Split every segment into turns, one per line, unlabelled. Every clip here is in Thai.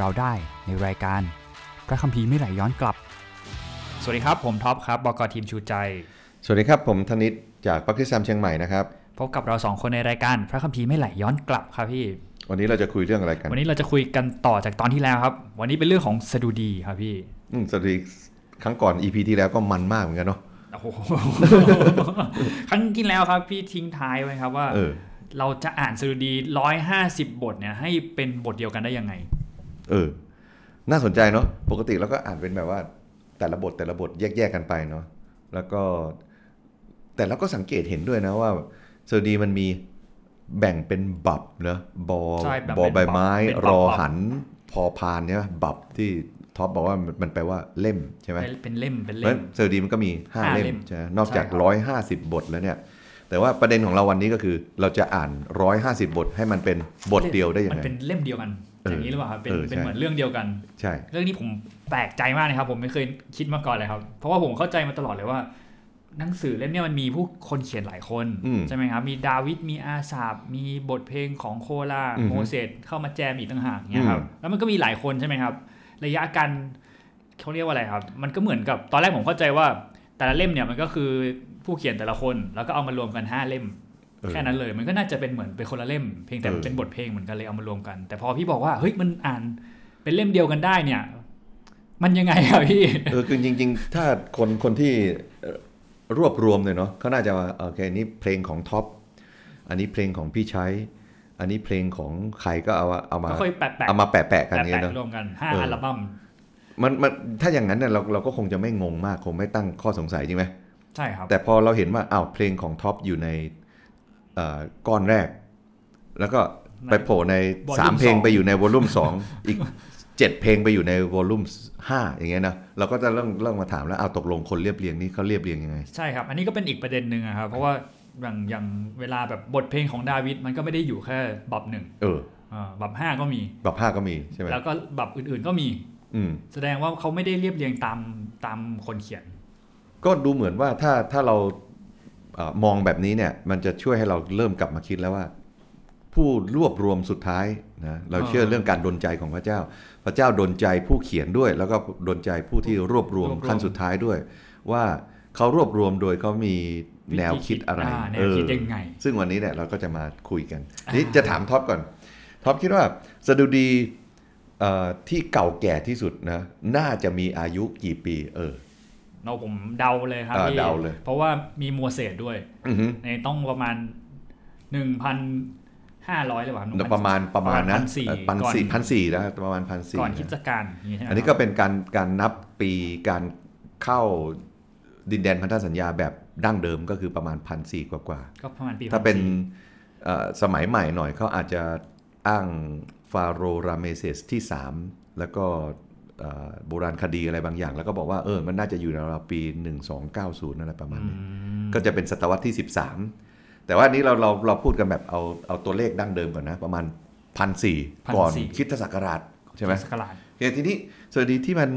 เราได้ในรายการ พระคัมภีร์ไม่ไหลย้อนกลับ
สวัสดีครับ ผมท็อปครับ บกทีมชูใจ
สวัสดีครับ ผมธนิตจากปักคิสามเชียงใหม่นะครับ
พบกับเราสองคนในรายการพระคัมภีร์ไม่ไหลย้อนกลับครับพี่
วันนี้เราจะคุยเรื่องอะไรกัน
วันนี้เราจะคุยกันต่อจากตอนที่แล้วครับ วันนี้เป็นเรื่องของสดุดีครับพี่
อืมสวัสดีครั้งก่อน EP ที่แล้วก็มันมากเหมือนกันเนาะ
โอ้ โห ครั้งที่แล้วครับพี่ทิ้งท้ายไว้ครับว่า
เออ
เราจะอ่านสดุดี 150 บทเนี่ยให้เป็นบทเดียวกันได้ยังไง
เออ น่าสนใจเนาะปกติเราก็อ่านเป็นแบบว่า แต่ละบทแต่ละบทแยกๆกันไปเนาะแล้วก็ แต่เราก็สังเกตเห็นด้วยนะว่าสวัสดีมันมีแบ่งเป็นบับเนาะบอ
ใช่แบ่ง
บอ
เป็น
ใบไม้
เป็นบับ
รอหัน พอพานเนี่ยบับที่ท็อปบอกว่ามันแปลว่าเล่มใช่ไหม
เป็นเล่มเป็น
เพราะ
เล่
ฉะ
ม
นั้นเซอร์ดีมันก็มี
ห้า
5
เล่
เล่
ม
มใช่ไหมนอกจาก
ใช่ครั
150 บทแล้วเนี่ย แต่ว่าประเด็นของเราวันนี้ก็คือ เราจะอ่าน 150 บทให้มันเป็นบทเดียวได้ยัง
มัน
ไง
เป็นเล่มเดียวกัน อย่างนี้หรือเปล่าครับเป็น
เออใช่
เป็นเหมือนเรื่องเดียวกัน
ใช่
เรื่องนี้ผมแปลกใจมากนะครับ ผมไม่เคยคิดมาก่อนเลยครับ เพราะว่าผมเข้าใจมาตลอดเลยว่า หนังสือเล่มเนี้มันมีผู้คนเขียนหลายคน
อืม
ใช่ไหมครับ มีดาวิดมีอาสาบมีบทเพลงของโคลา
อือฮึ
โมเสสเข้ามาแจมอีกต่างหากเนี่ยครับ
อืม
แล้วมันก็มีหลายคนใช่ไหมครับ ระยะการเขาเรียกว่าอะไรครับ มันก็เหมือนกับตอนแรกผมเข้าใจว่า แต่ละเล่มเนี่ยมันก็คือผู้เขียนแต่ละคน แล้วก็เอามารวมกันห้าเล่ม
เออ
แค่นั้นเลยมันก็น่าจะเป็นเหมือนเป็นคนละเล่มเพียงแต่
เออ
เป็นบทเพลงเหมือนกันเลยเอามารวมกัน แต่พอพี่บอกว่าเฮ้ยมันอ่านเป็นเล่มเดียวกันได้เนี่ย มันยังไงอะพี่
เออคือจริง ๆ ถ้าคนคนที่เอ่อรวบรวมเลยเนาะเขาน่าจะว่าโอเคนี่เพลงของท็อป อันนี้เพลงของพี่ใช้ อันนี้เพลงของใครก็เอามาเอามา
ก็ค่อยแปะแปะ
เอามาแปะๆกัน
แปะ
เงี้ย
แปะ
เนาะ
รวมกันห้า
เอออั
อัลบั้ม
มันมันถ้าอย่างนั้นเนี่ยเราเราก็คงจะไม่งงมากคงไม่ตั้งข้อสงสัยใช่ไหม
ใช่ครับ
แต่พอเราเห็นว่าอ้าวเพลงของท็อปอยู่ในเอ่อก้อนแรก แล้วก็ไปโผล่ใน
Volume
3 เพลง
สอง
ไปอยู่ในวอลลุ่ม 2 อีก 7 เพลงไปอยู่ในวอลลุ่ม 5 อย่างเงี้ยนะเราก็จะเริ่มเริ่มมาถามแล้วเอาวตกลงคนเรียบเรียงนี่เขาเรียบเรียงยังไง
ใช่ครับ อันนี้ก็เป็นอีกประเด็นหนึ่งอะครับเพราะว่าอย่างอย่างเวลาแบบบทเพลงของดาวิดมันก็ไม่ได้อยู่แค่บับหนึ่ง
เออ
อ่าบับห้าก็มี
แบบ5ก็มีใช่ไหม
แล้วก็บับอื่นๆก็มี
อืม
แสดงว่าเขาไม่ได้เรียบเรียงตามตามคนเขียน
ก็ดูเหมือนว่าถ้าถ้าเราเอ่อมองแบบนี้เนี่ย มันจะช่วยให้เราเริ่มกลับมาคิดแล้วว่า ผู้รวบรวมสุดท้ายนะเรา
อ่า
เชื่อเรื่องการดลใจของพระเจ้า พระเจ้าดลใจผู้เขียนด้วย แล้วก็ดลใจผู้ที่รวบรวม
รวบรวม
ขั้นสุดท้ายด้วย ว่าเขารวบรวมโดยเขามีแนวคิดอะไร
าแนวคิด
เออ
ยังไง
ซึ่งวันนี้เนี่ยเราก็จะมาคุยกัน
อ่านี่
นี่จะถามท็อปก่อน ท็อปคิดว่าสดุดีเอ่อที่เก่าแก่ที่สุดนะ น่าจะมีอายุกี่ปี เออ
เราผมเดาเลยครับ
อ่า
พี่
เดาเลย
เพราะว่ามีโมเสสด้วย
อือฮึ
ในต้องประมาณหนึ่งพันห้าร้อยหรือเปล่า1,400
ประมาณประมาณนะ
1,400
พัน
ก่อน
สี่พันสี่นะประมาณพันสี่
ก่อนคิดจักการย่างงี้ใช่ไหม
อันนี้
ค
ก็
รับ
เป็นการการนับปีการเข้าดินแดนพันธสัญญาแบบดั้งเดิมก็คือประมาณพันสี่กว่า
ก็ประมาณปี
ๆ ถ้าเป็น
1,400
เอ่อสมัยใหม่หน่อยเขาอาจจะอ้างฟาโรห์ราเมเซสที่ 3 แล้วก็เอ่อโบราณคดีอะไรบางอย่าง แล้วก็บอกว่าเออมันน่าจะอยู่ในราวๆปี 1290อะไรประมาณ
อื
นี้
ม
ก็จะเป็นศตวรรษที่ 13 แต่ว่าอันนี้เราเราเราพูดกันแบบเอาเอาตัวเลขดั้งเดิมก่อนนะ ประมาณพันสี่ก่อนคริดศักราชใช่ไหม
คริสต์ศักราช
โอเคทีนี้สวัสดีที่มัน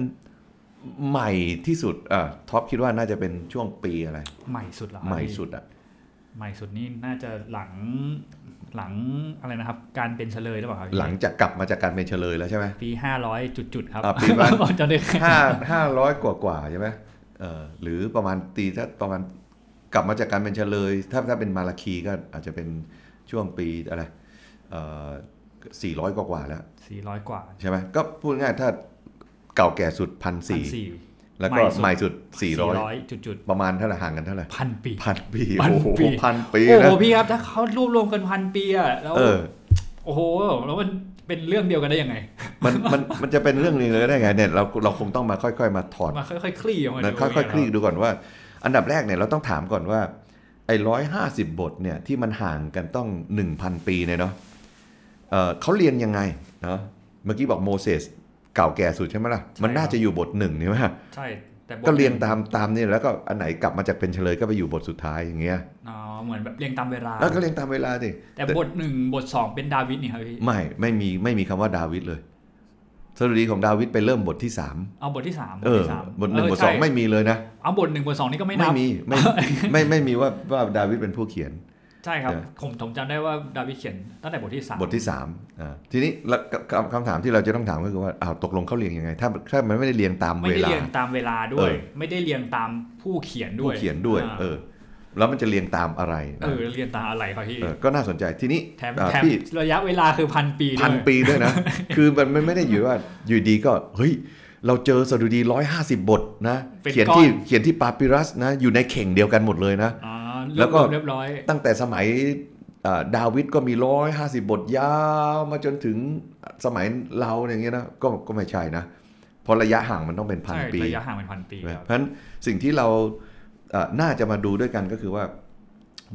ใหม่ที่สุดอ่าท็อปคิดว่าน่าจะเป็นช่วงปีอะไร
ใหม่สุดเหรอครับ
ใหม่
พี่
สุดอ่ะ
ใหม่สุดนี่น่าจะหลังหลังอะไรนะครับ การเป็นเฉลยหรือเปล่าครับพี่
หลังจากกลับมาจากการเป็นเฉลยแล้วใช่ไหม
ปีห้าร้อยจุดจุดๆครับ
อ่าปีบ้าน
จะได้
ห้าห้าร้อยกว่ากว่าๆใช่ไหมเออหรือประมาณตีถ้าประมาณกลับมาจากการเป็นเฉลย ถ้าถ้าเป็นมาลาคีก็อาจจะเป็นช่วงปีอะไรเอ่อสี่ร้อยกว่ากว่าๆแล้ว
สี่ร้อยกว่า
ใช่ไหมก็พูดง่ายๆถ้าเก่าแก่สุดพันสี่
1,400
แล้วก็
ให
ให
ม่
ม่
สุ
สุ
ด
ดสี่ร้อย
จุดจุด
ประมาณเท่าไหร่ห่างกันเท่าไหร่
ๆพันปี
พันปี
พัน
โอ้โห
ปี
พันปี
โอ้โห
นะ
พี่ครับถ้าเขารวบรวมกันพันปีอะแล้ว
เออ
โอ้โห แล้วมันเป็นเรื่องเดียวกันได้ยังไง
มันมันมันจะเป็นเรื่องนึงเลยได้ไงเนี่ยเราเราคงต้องมาค่อย ๆ มาถอด
มาค่อยๆ คลี่ออกมา
นะ
ดู
ค่อยๆคลี่ดูก่อนว่า อันดับแรกเนี่ยเราต้องถามก่อนว่าไอ้ร้อยห้าสิบบทเนี่ยที่มันห่างกันต้องหนึ่งพันปีเนี่ยเนาะเออเขาเรียนยังไงเนาะเมื่อกี้บอกโมเสสเก่าแก่สุดใช่ไหมล่ะมันน่าจะอยู่บทหนึ่งนี่ไหม
ใช่ แต่บท
ก็เรียงตามตามนี่แล้วก็อันไหนกลับมาจากเป็นเฉลยก็ไปอยู่บทสุดท้ายอย่างเงี้ย
อ๋อเหมือนแบบเรียงตามเวลา
แล้วก็เรียงตามเวลาดิ
แต่บทหนึ่งบทสองเป็นดาวิดนี่ครับพี่
ไม่ไม่มีไม่มีคำว่าดาวิดเลยสรุปดีของดาวิดไปเริ่มบทที่สาม
เอาบทที่สาม
เออ
ที่สาม
บทหนึ่ง
เ
บทสอง
ใช่
ไม่มีเลยนะ
เอาบทหนึ่งบทสองนี่ก็ไม่
ไม่
นับ
มีไม่ ไม่ไม่มีว่าว่าดาวิดเป็นผู้เขียน
ใช่ครับ
ใช่ไหม
ผมผมจำได้ว่าดาวิดเขียนตั้งแต่บทที่สาม
บทที่3อ่าทีนี้ละคำคำถามที่เราจะต้องถามก็คือว่าอ้าวตกลงเขาเรียงยังไง ถ้าถ้ามันไม่ได้เรียงตาม
ไม่
เว
ได้
ลา
เรียงตามเวลาด้วย
เออ
ไม่ได้เรียงตามผู้เขียนด้
ผู้
วย
เขียนด้วย
อ่า
เออแล้วมันจะเรียงตามอะไร
เอ
นะ
อเรียงตามอะไรครับพี่
เออก็น่าสนใจทีนี้
แถม
อ่า
แถม
พี่
ระยะเวลาคือพันปีด้
พัน
วย
ปีด้วย นะ คือมันมันไม่ได้อยู่ว่าอยู่ดีก็เฮ้ยเราเจอสดุดี 150 บทนะเขียนที่เขียนที่ปาปิรัสนะอยู่ในเข่งเดียวกันหมดเลยนะ
อ๋อ
แล้
แล้ว ว
ก็
ก็เรียบร้อย
ตั้งแต่สมัยเอ่อดาวิดก็มี 150 บทยาวมาจนถึงสมัยเราอย่างเงี้ยนะก็ก็ไม่ใช่นะ เพราะระยะห่างมันต้องเป็นพัน
ใช่
ปี
ระยะห่างเป็นพันปี
เพ
ค
ราะ
รับ
ฉะนั้นสิ่งที่เราเอ่อน่าจะมาดูด้วยกันก็คือว่า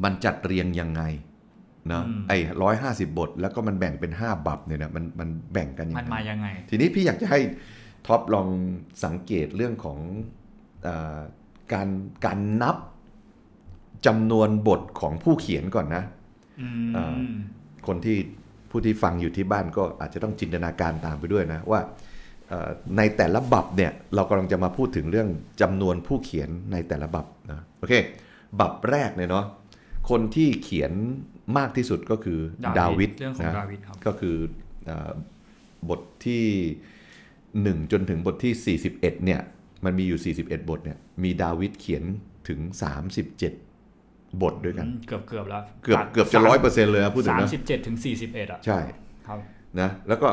มันจัดเรียงยังไงเนาะไอ้ร้อยห้าสิบบท แล้วก็มันแบ่งเป็นห้าบับเนี่ยนะมันมันแบ่งกันยัง
มัน
ไง
มายังไง
ทีนี้พี่อยากจะให้ท็อปลองสังเกตเรื่องของเออการการนับจำนวนบทของผู้เขียนก่อนนะ
อื
อ่า
ม
คนที่ผู้ที่ฟังอยู่ที่บ้านก็อาจจะต้องจินตนาการตามไปด้วยนะ ว่าเอ่อในแต่ละบับเนี่ยเรากำลังจะมาพูดถึงเรื่องจำนวนผู้เขียนในแต่ละบับนะโอเค บับแรกเนี่ยเนาะคนที่เขียนมากที่สุดก็คือดาวิด
เรื่องของ
นะ
ดาวิดครับ
ก็คือเอ่อบทที่ 1 จนถึงบทที่ 41เนี่ยมันมีอยู่ 41 บทเนี่ยมีดาวิดเขียนถึง 37 บทด้วยกัน
เกือบเกือบแล้ว
เกือบเกือบจะร้อยเปอร์เซ็นต์เลยนะพูดถึง
สาม
นะ
สิบเจ็ดถึงสี่สิบเอ็ดอ่ะ
ใช่
ครับ
นะแล้วก็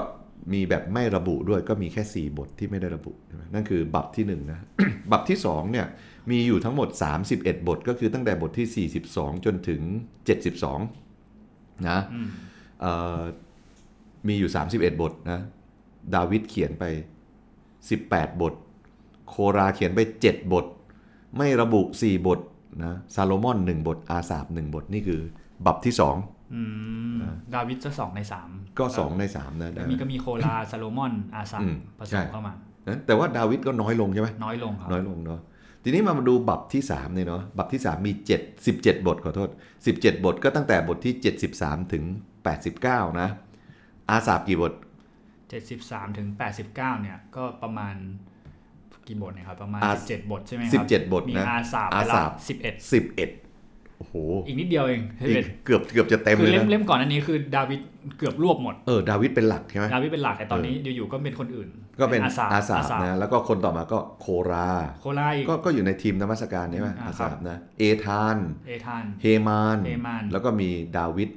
มีแบบไม่ระบุด้วยก็มีแค่ 4 บทที่ไม่ได้ระบุใช่ไหมนั่นคือบับที่1นะ บับที่2เนี่ยมีอยู่ทั้งหมด 31 บทก็คือตั้งแต่บทที่ 42 จนถึง 72นะ
อืม
เอ่อมีอยู่ 31 บทนะ ดาวิดเขียนไป 18 บท โคราเขียนไป 7 บท ไม่ระบุ 4 บทนะซาโลมอน 1 บท อาสาบ1บท นี่คือบับที่
อืมดาวิดจะสองในสาม
2 ก็ 2 ใน 3 นะ
แล้
ได้
ว
ไหม
มีก็มีโคลาซาโลมอนอาสั
อืม
ผส
ใช่
มเข้ามา
นะแต่ว่าดาวิดก็น้อยลงใช่ไหม
น้อยลงครับ
น้อยลงเนาะทีนี้มาดูบับที่3เนี่ยเนาะบับที่ 3 มี 7 17 บทขอโทษ 17 บทก็ตั้งแต่บทที่ 73 ถึง 89 นะ อาสาบกี่บท
เจ็ดสิบสามถึงแปดสิบเก้าเนี่ย ก็ประมาณกี่บทนะครับ ประมาณ
อ่า
สิบเจ็ดบทใช่ไหมครั
17บทนะ
มีอาสาบ
อา
ไปละ
สาบ
สิบเอ็ด
11โอ้โห
อีกนิดเดียวเอง
อีกเกือบเกือบจะเต็ม
คือ
เลย
เล่ม
นะ
เล่มก่อนอันนี้คือดาวิดเกือบรวบหมด
เออดาวิดเป็นหลักใช่ไหม
ดาวิดเป็นหลักแต่ตอนนี้อยู่ๆก็เป็นคนอื่น
ก็เป็น
อาสาบ
อาสา
อาสา
บบ นะแล้วก็คนต่อมาก็โครา
โคลาอีก
ก็ก็อยู่ในทีมนมัสการใช่ไหม
อ่าครับ
อาสาบนะเอธาน
เอธาน
เฮมาน
เฮมาน
แล้วก็มีดาวิด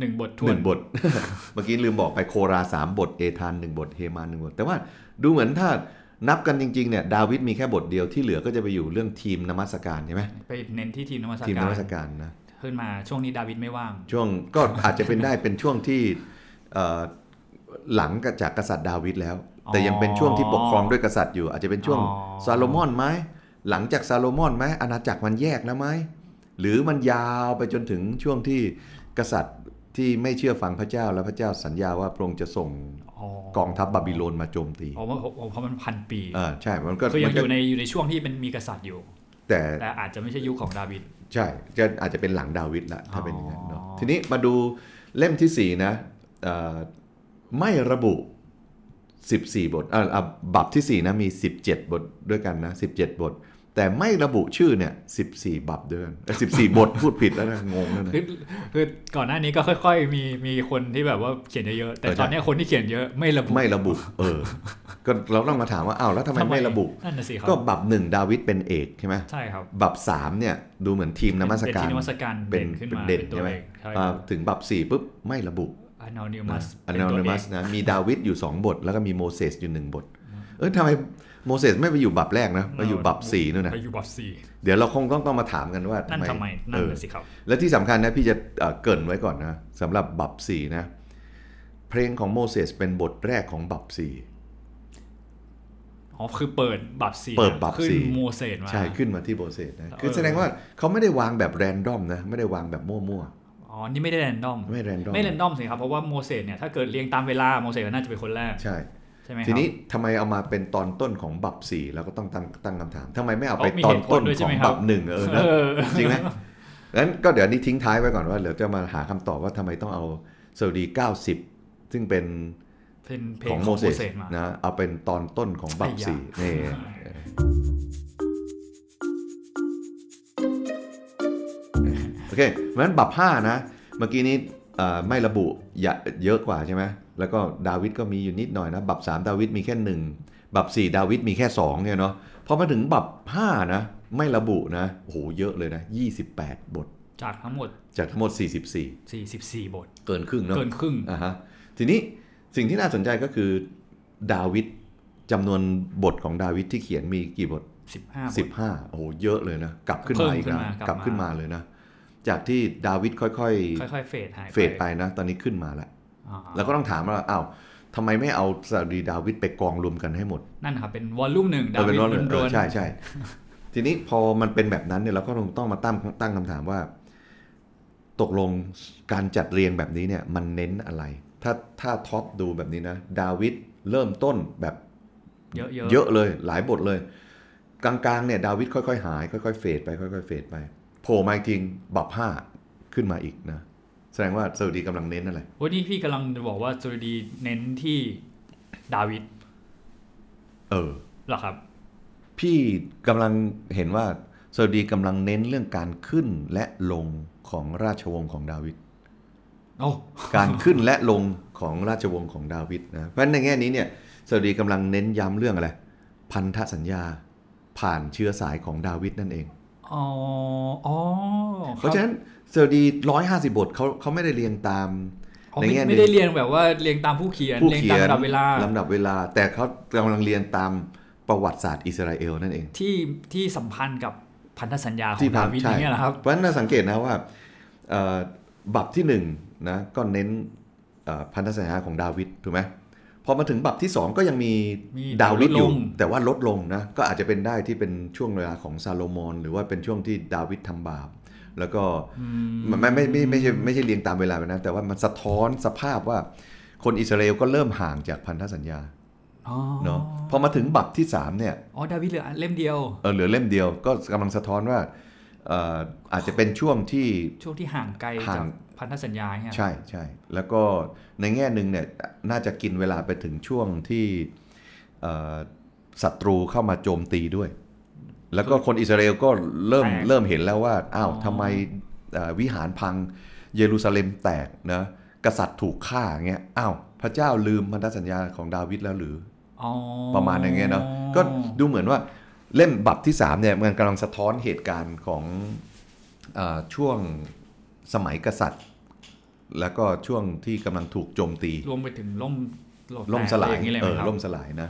หนึ่งบทท
ห
วน
นึ่งบท เมื่อกี้ลืมบอกไปโคราสามบทเอธานหนึ่งบทเฮมานหนึ่งบท แต่ว่าดูเหมือนถ้านับกันจริงๆเนี่ยดาวิดมีแค่บทเดียวที่เหลือก็จะไปอยู่เรื่องทีมนมัสการใช่ไหม
ไปเน้นที่ทีมนวัต
ทีม
กร
น
รม
มัสการนะ
ขึ้นมาช่วงนี้ดาวิดไม่ว่าง
ช่วงก็อาจจะเป็นได้เป็นช่วงที่เอ่อหลังจากกษัตริย์ดาวิดแล้ว
อ๋อ
แต่ยังเป็นช่วงที่ปกครองด้วยกษัตริย์อยู่ อาจจะเป็นช่วง
อ๋อ
ซาโลมอนไหมหลังจากซาโลมอนไหมอาณาจักรมันแยกแล้วไหมหรือมันยาวไปจนถึงช่วงที่กษัตริย์ที่ไม่เชื่อฟังพระเจ้าแล้วพระเจ้าสัญญาว่าพระองค์จะส่งกองทัพบาบิโลนมาโจมตี
อ๋อเพราะเพราะมันพันปี
เออใช่มันก็
คือยั
มั
งอ
นก็
ยู่ในอยู่ในช่วงที่เป็นมีกษัตริย์อยู่
แต่
แต่อาจจะไม่ใช่ยุคของดาวิด
ใช่จะอาจจะเป็นหลังดาวิดละถ้าเป็นอย่างนั้นเนาะ
อ๋อ
ทีนี้มาดูเล่มที่ 4 นะเอ่อไม่ระบุ 14 บทเอ่ออ่ะบับที่ 4 นะมี 17 บทด้วยกันนะ 17 บท แต่ไม่ระบุชื่อเนี่ย 14 บับด้วยกันเอ้ย14 บทพูดผิดแล้วนะงงแล้วนะ
คือคือก่อนหน้านี้ก็ค่อยๆ มีมีคนที่แบบว่าเขียนเยอะๆแต่
เออ
ต
ใช่
อนเนี้ยคนที่เขียนเยอะไม่ระบุ
ไม่ระบุเออก็เราต้องมาถามว่าอ้าวแล้วทำไมไม่ระบุ
นั่นน่ะสิครั
ก็บับหนึ่งดาวิดเป็นเอกใช่ไหม
ใช่ครับ
บับสามเนี่ยดูเหมือนทีมนมัสการ
เป็นทีมนมัสการ
เป็
เด่
น
นขึ้น
เป็น
มา
เด่น
ตัว
ใช่ไหม
เองใช่
อ่าถึงบับสี่ปุ๊บไม่ระบุ
อันนอนิมัส
อันนอนมัสนะมีดาวิดอยู่ 2 บท แล้วก็มีโมเสสอยู่ 1 บท เออทำไมโมเสสไม่ไปอยู่บับแรกนะไปอยู่บับสี่นู่นนะ
ไปอยู่บับสี่
เดี๋ยวเราคงต้องต้องมาถามกันว่า
นั่นทำไมนั่
เอน อ
น่ะสิครับ
และที่สำคัญนะพี่จะเอ่อเกรินไว้ก่อนนะสำหรับบับสี่นะ เพลงของโมเสสเป็นบทแรกของบับสี่
อ๋อคือเปิดบับสี่
เปิดบับสี่
ขึ้นโมเสสมา
ใช่ขึ้นมาที่โมเสสนะคือ
เออ
แสดงว่าเขาไม่ได้วางแบบแรนดอมนะ ไม่ได้วางแบบมั่ว
อ๋อนี่ไม่ได้แรนดอม
ๆ ไม่แรนดอม
ไม่เรนดอมสิครับเพราะว่าโมเสสเนี่ยถ้าเกิดเรียงตามเวลาโมเสสก็น่าจะเป็นคนแรก
ใช่
ใช่ไหมครับ
ทีนี้ทำไมเอามาเป็นตอนต้นของบับสี่แล้วก็ต้องตั้งตั้งคำถามทำไมไม่เอาไป
เขามี
ตอ
เห
น
ตุผล
ต้น
ด้วยใช่
ของ
ไหมครับ
บับหนึ่งเออนะ
เออ
จริงไหมงั้นก็เดี๋ยวนี้ทิ้งท้ายไว้ก่อนว่าเดี๋ยวจะมาหาคำตอบว่าทำไมต้องเอาสดี 90 ซึ่งเป็น
เป็นเพล
ของ ง
ข
โม
อง
เส
โม
ส
เสสมา
นะ เอาเป็นตอนต้นของบับ
ไอ้ยา
สี่นี่ โอ เคเพราะฉะนั้นบับห้านะ เมื่อกี้นี้เอ่อไม่ระบุอย่าเยอะกว่าใช่ไหมแล้วก็ดาวิดก็มีอยู่นิดหน่อยนะ บับสามดาวิดมีแค่หนึ่งบับสี่ดาวิดมีแค่สองเนี่ยเนาะพอมาถึงบับห้านะ ไม่ระบุนะโอ้โหเยอะเลยนะ 28 บท
จากทั้งหมด
จากทั้งหมด
44 บท
44 เกินครึ่งเนาะ
เกินครึ่ง
อ่าฮะทีนี้สิ่งที่น่าสนใจก็คือดาวิดจำนวนบทของดาวิดที่เขียนมีกี่บท
15 บท
15 โอ้โหเยอะเลยนะ กลับขึ้น
เพิ่
มาม อีก
ขึ้น
นะ
มาก
ก
ลับมา
ลับขึ้นมาเลยนะ จากที่ดาวิดค่อย
ค่อยๆ เฟดหาย
ๆ เฟดไปนะ ตอนนี้ขึ้นมาแล้ว
อ่า
แล้วก็ต้องถามว่าอ้าวทำไมไม่เอาสาดีดาวิดไปกองรวมกันให้หมด
นั่นครับ เป็นวอลลุ่มหนึ่งดา
เออเป็
วิด
นว่าเอ
รว
อน
ๆ
ใช่ใช่ ทีนี้พอมันเป็นแบบนั้นเนี่ยเราก็คงต้องมาตั้งตั้งคำถามว่า ตกลงการจัดเรียงแบบนี้เนี่ยมันเน้นอะไร ถ้าถ้าท็อปดูแบบนี้นะ ดาวิดเริ่มต้นแบบ
เยอะๆ
เยอะเลยหลายบทเลย กลางๆเนี่ยดาวิดค่อยๆ หาย ค่อยๆ เฟดไปค่อยๆเฟดไปโผล่มาอีกทีบับห้าขึ้นมาอีกนะ แสดงว่าซาอุดีกำลังเน้นอะไร
วันนี้พี่กำลังจะบอกว่าสุรดีเน้นที่ดาวิด
เออ
เหรอครับ
พี่กำลังเห็นว่าซาอุดีกำลังเน้นเรื่องการขึ้นและลงของราชวงศ์ของดาวิด
โอ้
การขึ้นและลงของราชวงศ์ของดาวิดนะ เพราะฉะนั้นในแง่นี้เนี่ยซาอุดีกำลังเน้นย้ำเรื่องอะไร พันธสัญญาผ่านเชื้อสายของดาวิดนั่นเอง
อ๋ออ๋อคบ
เพราะฉะนั้นเซอร์ดีร้อยห้าสิบบทเขาเขาไม่ได้เรียงตาม
อ๋อ
ใน
ไม่
แง่หนึ่ง
ไม่ได้เรียนแบบว่าเรียงตามผู้เขียน
ผู้
เรียง
เขี
ตาม
ยน
ระดับเวลา
ลำดับเวลา แต่เขากำลังเรียนตามประวัติศาสตร์อิสราเอลนั่นเอง
ที่ที่สัมพันธ์กับพันธสัญญาขอ
ที่
งดาวิดอย่างเนี่ยแหละครับ
เพราะฉะนั้นเราสังเกตนะว่าเอ่อบับที่หนึ่งนะก็เน้นเอ่อพันธสัญญาของดาวิดถูกไหมพอมาถึงบับที่สองก็ยังมี
มี
ดาวิดอยู่
ลดลง
แต่ว่าลดลงนะก็อาจจะเป็นได้ที่เป็นช่วงเวลาของซาโลมอน หรือว่าเป็นช่วงที่ดาวิดทำบาปแล้วก็
อืม
ไมันไม่ไม่ไม่ใช่ไม่ใช่เรียงตามเวลาแบบนั้น แต่ว่ามันสะท้อนสภาพว่า คนอิสราเอลก็เริ่มห่างจากพันธสัญญา
อ๋อ
เนาะพอมาถึงบับที่ 3 เนี่ย
อ๋อดาวิดเหลืออันเล่มเดียว
เออเหลือเล่มเดียวก็กำลังสะท้อนว่าเอ่ออาจจะเป็นช่วงที่
ช่วงที่ห่างไกล
ห่า
จาก
ง
พันธสัญญาเนี่ย
ใช่ใช่แล้วก็ในแง่หนึ่งเนี่ยน่าจะกินเวลาไปถึงช่วงที่เอ่อศัตรูเข้ามาโจมตีด้วย แล้วก็คนอิสราเอลก็เริ่มเริ่มเห็นแล้วว่าอ้าวทำไมเอ่อวิหารพังเยรูซาเล็มแตกนะกษัตริย์ถูกฆ่าอย่างเงี้ยอ้าวพระเจ้าลืมพันธสัญญาของดาวิดแล้วหรือ
อ๋อ
ประมาณอย่างเงี้ยเนาะก็ดูเหมือนว่าเล่มบับที่3เนี่ยมันกำลังสะท้อนเหตุการณ์ของเออช่วงสมัยกษัตริย์ แล้วก็ช่วงที่กำลังถูกโจมตี
รวมไปถึงล่ม
ล่มสลาย
แตกอย่างนี้เลยไห
เอ
ม
อ
ครับ
ล่มสลายนะ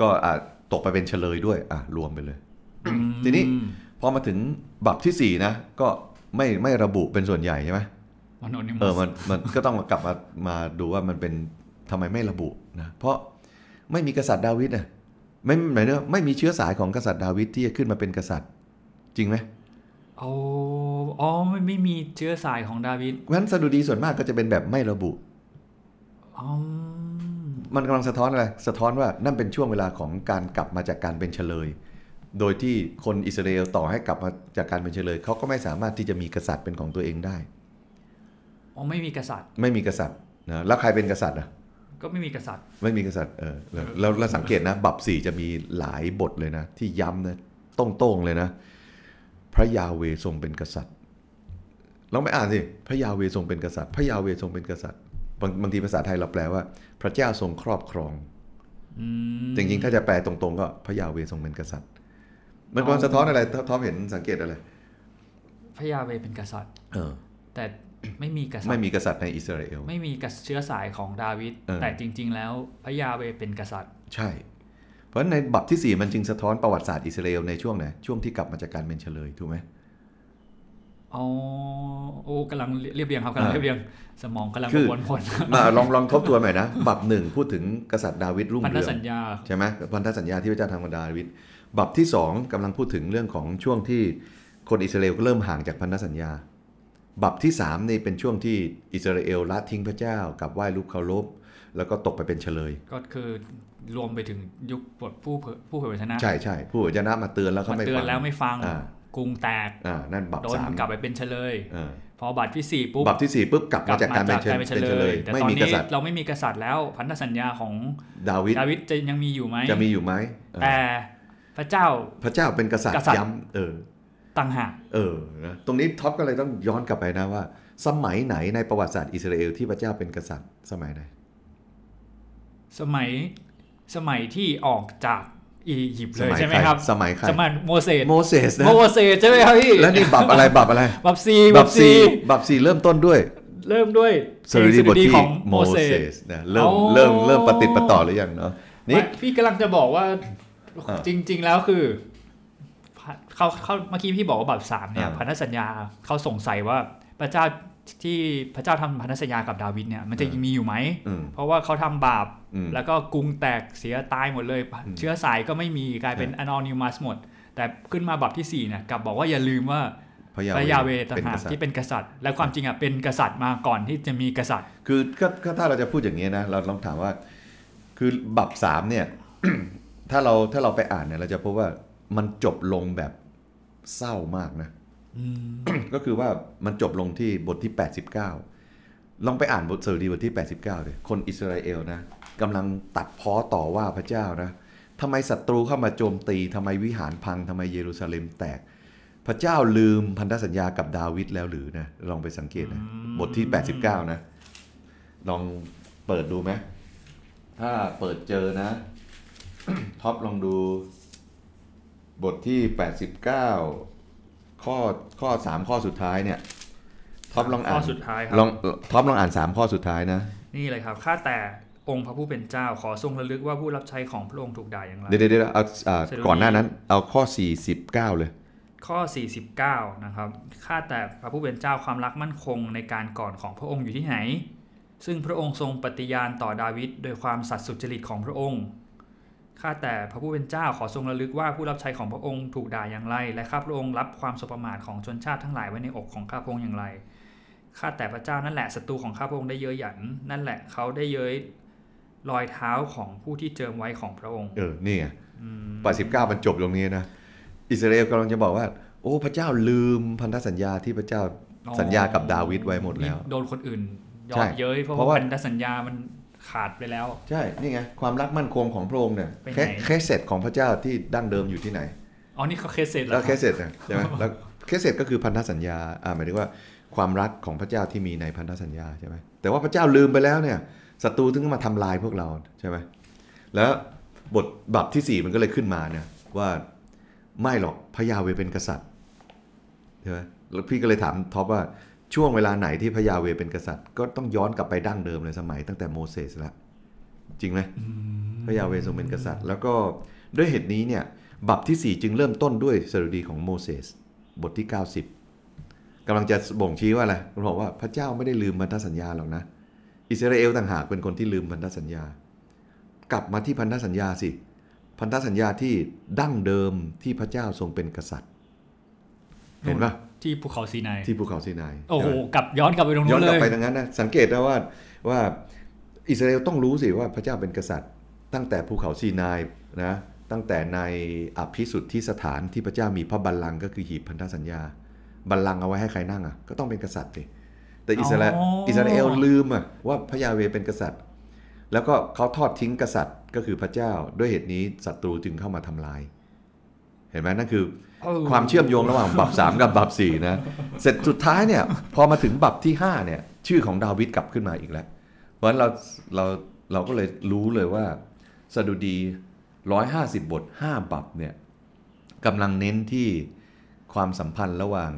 ก็อ่ะตกไปเป็นเฉลยด้วยอ่ะรวมไปเลย
อืม
ทีนี้ พอมาถึงบับทีสี่4นะก็ไม่ไม่ระบุเป็นส่วนใหญ่ใช่ไหม
มันโอนิมัส
เออมันมันก็ต้องกลับมามาดูว่ามันเป็นทำไมไม่ระบุนะเพราะไม่มีกษัตริย์ดาวิดนะไม่หมายถึงว่าไม่มีเชื้อสายของกษัตริย์ดาวิดที่จะขึ้นมาเป็นกษัตริย์ จริงไหม
เอาอ๋อไม่ไม่มีเชื้อสายของดาวิด
งั้นสดุดีส่วนมากก็จะเป็นแบบไม่ระบุ
อ๋อ
มันกำลังสะท้อนอะไร สะท้อนว่านั่นเป็นช่วงเวลาของการกลับมาจากการเป็นเฉลย โดยที่คนอิสราเอลต่อให้กลับมาจากการเป็นเฉลยเขาก็ไม่สามารถที่จะมีกษัตริย์เป็นของตัวเองได้
อ๋อไม่มีกษัตริย์
ไม่มีกษัตริย์นะแล้วใครเป็นกษัตริย์อ่ะ
ก็ไม่มีกษัตริย์
ไม่มีกษัตริย์เออแล้วแล้วแล้วสังเกตนะ บับสี่จะมีหลายบทเลยนะ ที่ย้ำนะโต้งๆเลยนะ พระยาเวทรงเป็นกษัตริย์ลองไปอ่านสิพระยาเวทรงเป็นกษัตริย์ พระยาเวทรงเป็นกษัตริย์บางบางทีภาษาไทยเราแปลว่า พระเจ้าทรงครอบครอง
อืม
จริงๆ ถ้าจะแปลตรงๆ ก็พระยาเวทรงเป็นกษัตริย์ มันควา
อ๋
ม
อ
สะท้อนอะไรทท้อมเห็นสังเกตอะไร
พระยาเวเป็นกษัตริย์
เออ
แต่ไม่มีกษัตริย์
ไม่มีกษัตริย์ในอิสราเอล
ไม่มีกับเชื้อสายของดาวิด
เออ
แต่จริง ๆ แล้วพระยาเวเป็นกษัตริย์
ใช่ เพราะฉะนั้นในบับที่ 4 มันจึงสะท้อนประวัติศาสตร์อิสราเอลในช่วงไหนช่วงที่กลับมาจากการเป็นเฉลยถูกไหม
อ๋อ โอ้กำลังเรียบเรียงครับกำลัง
เออ
เรียบเรียง สมองกำลัง
คื
ป
อ
ระมวลผล
มา ลองลองทบทวนหน่อยนะ บับหนึ่งพูดถึงกษัตริย์ดาวิดรุ่ง
พันธ
เรือง
สัญญา
ใช่ไหมพันธสัญญาที่พระเจ้าทำกับดาวิดบับที่สองกำลังพูดถึงเรื่องของช่วงที่คนอิสราเอลก็เริ่มห่างจากพันธสัญญา บับที่สามนี่เป็นช่วงที่อิสราเอลละทิ้งพระเจ้ากลับไหว้รูปเคารพแล้วก็ตกไปเป็นเฉลย
ก็คือรวมไปถึงยุคบทผู้เผยผู้เผยพระชนะ
ใช่ใช่ผู้อวยชนะมาเตือนแล้วเขา
มัน
ไม่ฟัง
เตือนแล้วไม่ฟัง
อ่า
กรุงแตก
อ่านั่นบับ
โดน
สาม
กลับไปเป็นเฉลย
เออ
พอบัตรที่สี่ปุ๊บ
บับที่สี่ปุ๊บกลับ
กลั
มา
บ
จาก
มา
การเป็
จาน ก
เ
การเป็นเฉ
ป็น
ล
เฉล
ย
ย
แต่
ไม่
ตอน
มีก
นี้
ษัตริย์
เราไม่มีกษัตริย์แล้ว พันธสัญญาของ
ดาวิด
ดาวิดจะยังมีอยู่ไหม
จะมีอยู่ไหมเออ
แต่พระเจ้า
พระเจ้าเป็นกษัตริ
ก
ย์
ษัตริย์
ย้ำเออ
ต่างหาก
เออนะตรงนี้ท็อปก็เลยต้องย้อนกลับไปนะว่า สมัยไหนในประวัติศาสตร์อิสราเอลที่พระเจ้าเป็นกษัตริย์สมัยไหน
สมัยสมัยที่ออกจากอียิปต์
ส
เลย
มัย
ใช่ไหม
ใคร
ครับ
สมัยใคร
สมัยโมเสส
โมเสสนะ
โมเสสใช่ไหมครับพี่
แล้วนี่บับอะไรบับอะไร
บับซี
บับซีบับซีเริ่มต้นด้วย
เริ่มด้วย
สรี
เพล
ริ
ง
บทที่
ของ
โม
โมเส
เส
ส
สนะเริ่ม
อ๋อ
เริ่มเริ่มปฏิดประต่อหรือยังเนาะนี่
พี่กำลังจะบอกว่า
อ่า
จริง ๆ แล้วคือเขาเขาเมื่อกี้พี่บอกว่าบับสามเนี่ย
อ่า
พันธสัญญาเขาสงสัยว่าพระเจ้าที่พระเจ้าทำพันธสัญญากับดาวิดเนี่ยมันจะ
อ่ายั
ยังมีอยู่ไหม
อืม
เพราะว่าเขาทำบาป
อืม
แล้วก็กรุงแตกเสียตายหมดเลย เชื้อสายก็ไม่มีกลายเป็นอนอนิมัสหมด แต่ขึ้นมาบับที่4เนี่ยกลับบอกว่าอย่าลืมว่า
พระยา
พระยาเวต่าง
เป็น
หาก
กษัตริ
ที่
ย์
เป็นกษัตริย์ และความจริงอ่ะเป็นกษัตริย์มาก่อนที่จะมีกษัตริย์
คือก็ก็ถ้าเราจะพูดอย่างนี้นะ เราลองถามว่า คือบับสามเนี่ย ถ้าเราถ้าเราไปอ่านเนี่ย เราจะพบว่ามันจบลงแบบเศร้ามากนะ ก็คือว่ามันจบลงที่บทที่ 89 ลองไปอ่านบทสดุดีบทที่ 89เลยคนอิสราเอลนะกำลังตัดเพ้อต่อว่าพระเจ้านะทำไมศัตรูเข้ามาโจมตีทำไมวิหารพังทำไมเยรูซาเล็มแตก พระเจ้าลืมพันธสัญญากับดาวิดแล้วหรือนะลองไปสังเกตนะ
อืม
บทที่ 89 นะ ลองเปิดดูไหมถ้าเปิดเจอนะ ท็อปลองดู บทที่ 89 ข้อข้อ 3 ข้อสุดท้ายเนี่ยท็อปลองอ่าน
ข้อสุดท้ายครั
ล
บ
องท็อปลองอ่าน 3 ข้อสุดท้ายนะ
นี่เลยครับข้าแต่องค์พระผู้เป็นเจ้าขอทรงระลึกว่าผู้รับใช้ของพระองค์ถูกด่าอย่างไร
เดี๋ยวเดี๋ยวเดี๋ยวเอาอ่า
สรุป
ก่อนหน้านั้น เอาข้อ 49 เลย
ข้อ 49 นะครับ ข้าแต่พระผู้เป็นเจ้าความรักมั่นคงในการก่อนของพระองค์อยู่ที่ไหน ซึ่งพระองค์ทรงปฏิญาณต่อดาวิดโดยความสัตย์สุจริตของพระองค์ ข้าแต่พระผู้เป็นเจ้าขอทรงระลึกว่าผู้รับใช้ของพระองค์ถูกด่าอย่างไร และข้าพระองค์รับความสบประมาทของชนชาติทั้งหลายไว้ในอกของข้าพระองค์อย่างไร ข้าแต่พระเจ้านั่นแหละศัตรูของข้าพระองค์ได้เย้ยหยัน นั่นแหละเขาได้เย้ยรอยเท้าของผู้ที่เจิมไว้ของพระองค์
เออ นี่ไงปสิบเก้ามันจบตรงนี้นะ อิสราเอลกำลังจะบอกว่า โอ้ พระเจ้าลืมพันธสัญญาที่พระเจ้า
อ๋อ
สัญญากับดาวิดไว้หมดแล้ว
โดนคนอื่นยอ
ใช่
มเย้ยเพราะ
เพราะว่า
ว่าพันธสัญญามันขาดไปแล้ว
ใช่ นี่ไง ความรักมั่นคงของพระองค์เนี่ย
ไปไหน
แค่แค่เสร็จของพระเจ้าที่ดั้งเดิมอยู่ที่ไหน
อ๋อนี่เขาเคสเสร็จแล้
แล้ว วเคสเสร็จนะใช่ไหมแล้วเคสเสร็จก็คือพันธสัญญาอ่าหมายถึงว่าความรักของพระเจ้าที่มีในพันธสัญญาใช่ไหมแต่ว่าพระเจ้าลืมไปแล้วเนี่ยศัตรูถึงมาทำลายพวกเราใช่ไหมแล้วบทบับที่สี่มันก็เลยขึ้นมาเนี่ยว่าไม่หรอกพระยาเวเป็นกษัตริย์ใช่ไหมแล้วพี่ก็เลยถามท็อปว่าช่วงเวลาไหนที่พระยาเวเป็นกษัตริย์ ก็ต้องย้อนกลับไปดั้งเดิมเลยสมัยตั้งแต่โมเสสละจริงไหม พระยาเวทรงเป็นกษัตริย์ แล้วก็ด้วยเหตุนี้เนี่ย บัพที่สี่จึงเริ่มต้นด้วยสดุดีของโมเสสบทที่ 90กำลังจะบ่งชี้ว่าอะไรมันบอกว่าพระเจ้าไม่ได้ลืมพันธสัญญาหรอกนะ อิสราเอลต่างหากเป็นคนที่ลืมพันธสัญญา กลับมาที่พันธสัญญาสิ พันธสัญญาที่ดั้งเดิมที่พระเจ้าทรงเป็นกษัตริย์ เห็นปะ
ที่ภูเขาซีไนาย
ที่ภูเขาซีนาย
โอ้โห
เห็นปะ
กลับย้อนกลับไปตรง
ย้อ
นู้
น
น
กลับ
เลย
ไปทางนั้นนะสังเกตนะว่าว่าอิสราเอลต้องรู้สิว่าพระเจ้าเป็นกษัตริย์ ตั้งแต่ภูเขาซีนายนะตั้งแต่ในอภิสุทธิสถานที่พระเจ้ามีพระบัลลังก์ก็คือหีบพันธสัญญา บัลลังก์เอาไว้ให้ใครนั่งอ่ะก็ต้องเป็นกษัตริย์สิแต่อิสราเอลอิสราเอลลืมอ่ะว่าพระยาเวเป็นกษัตริย์ แล้วก็เขาทอดทิ้งกษัตริย์ก็คือพระเจ้า ด้วยเหตุนี้ศัตรูจึงเข้ามาทำลาย เห็นไหมนั่นคือ
เออ
ความเชื่อมโยงระหว่างบับ 3 กับบับ4นะ เสร็จสุดท้ายเนี่ย พอมาถึงบับที่ 5 เนี่ย ชื่อของดาวิดกลับขึ้นมาอีกแล้ว เพราะฉะนั้นเราเราเราก็เลยรู้เลยว่าสดุดี 150 บท 5 บับเนี่ยกำลังเน้นที่ความสัมพันธ์ระหว่าง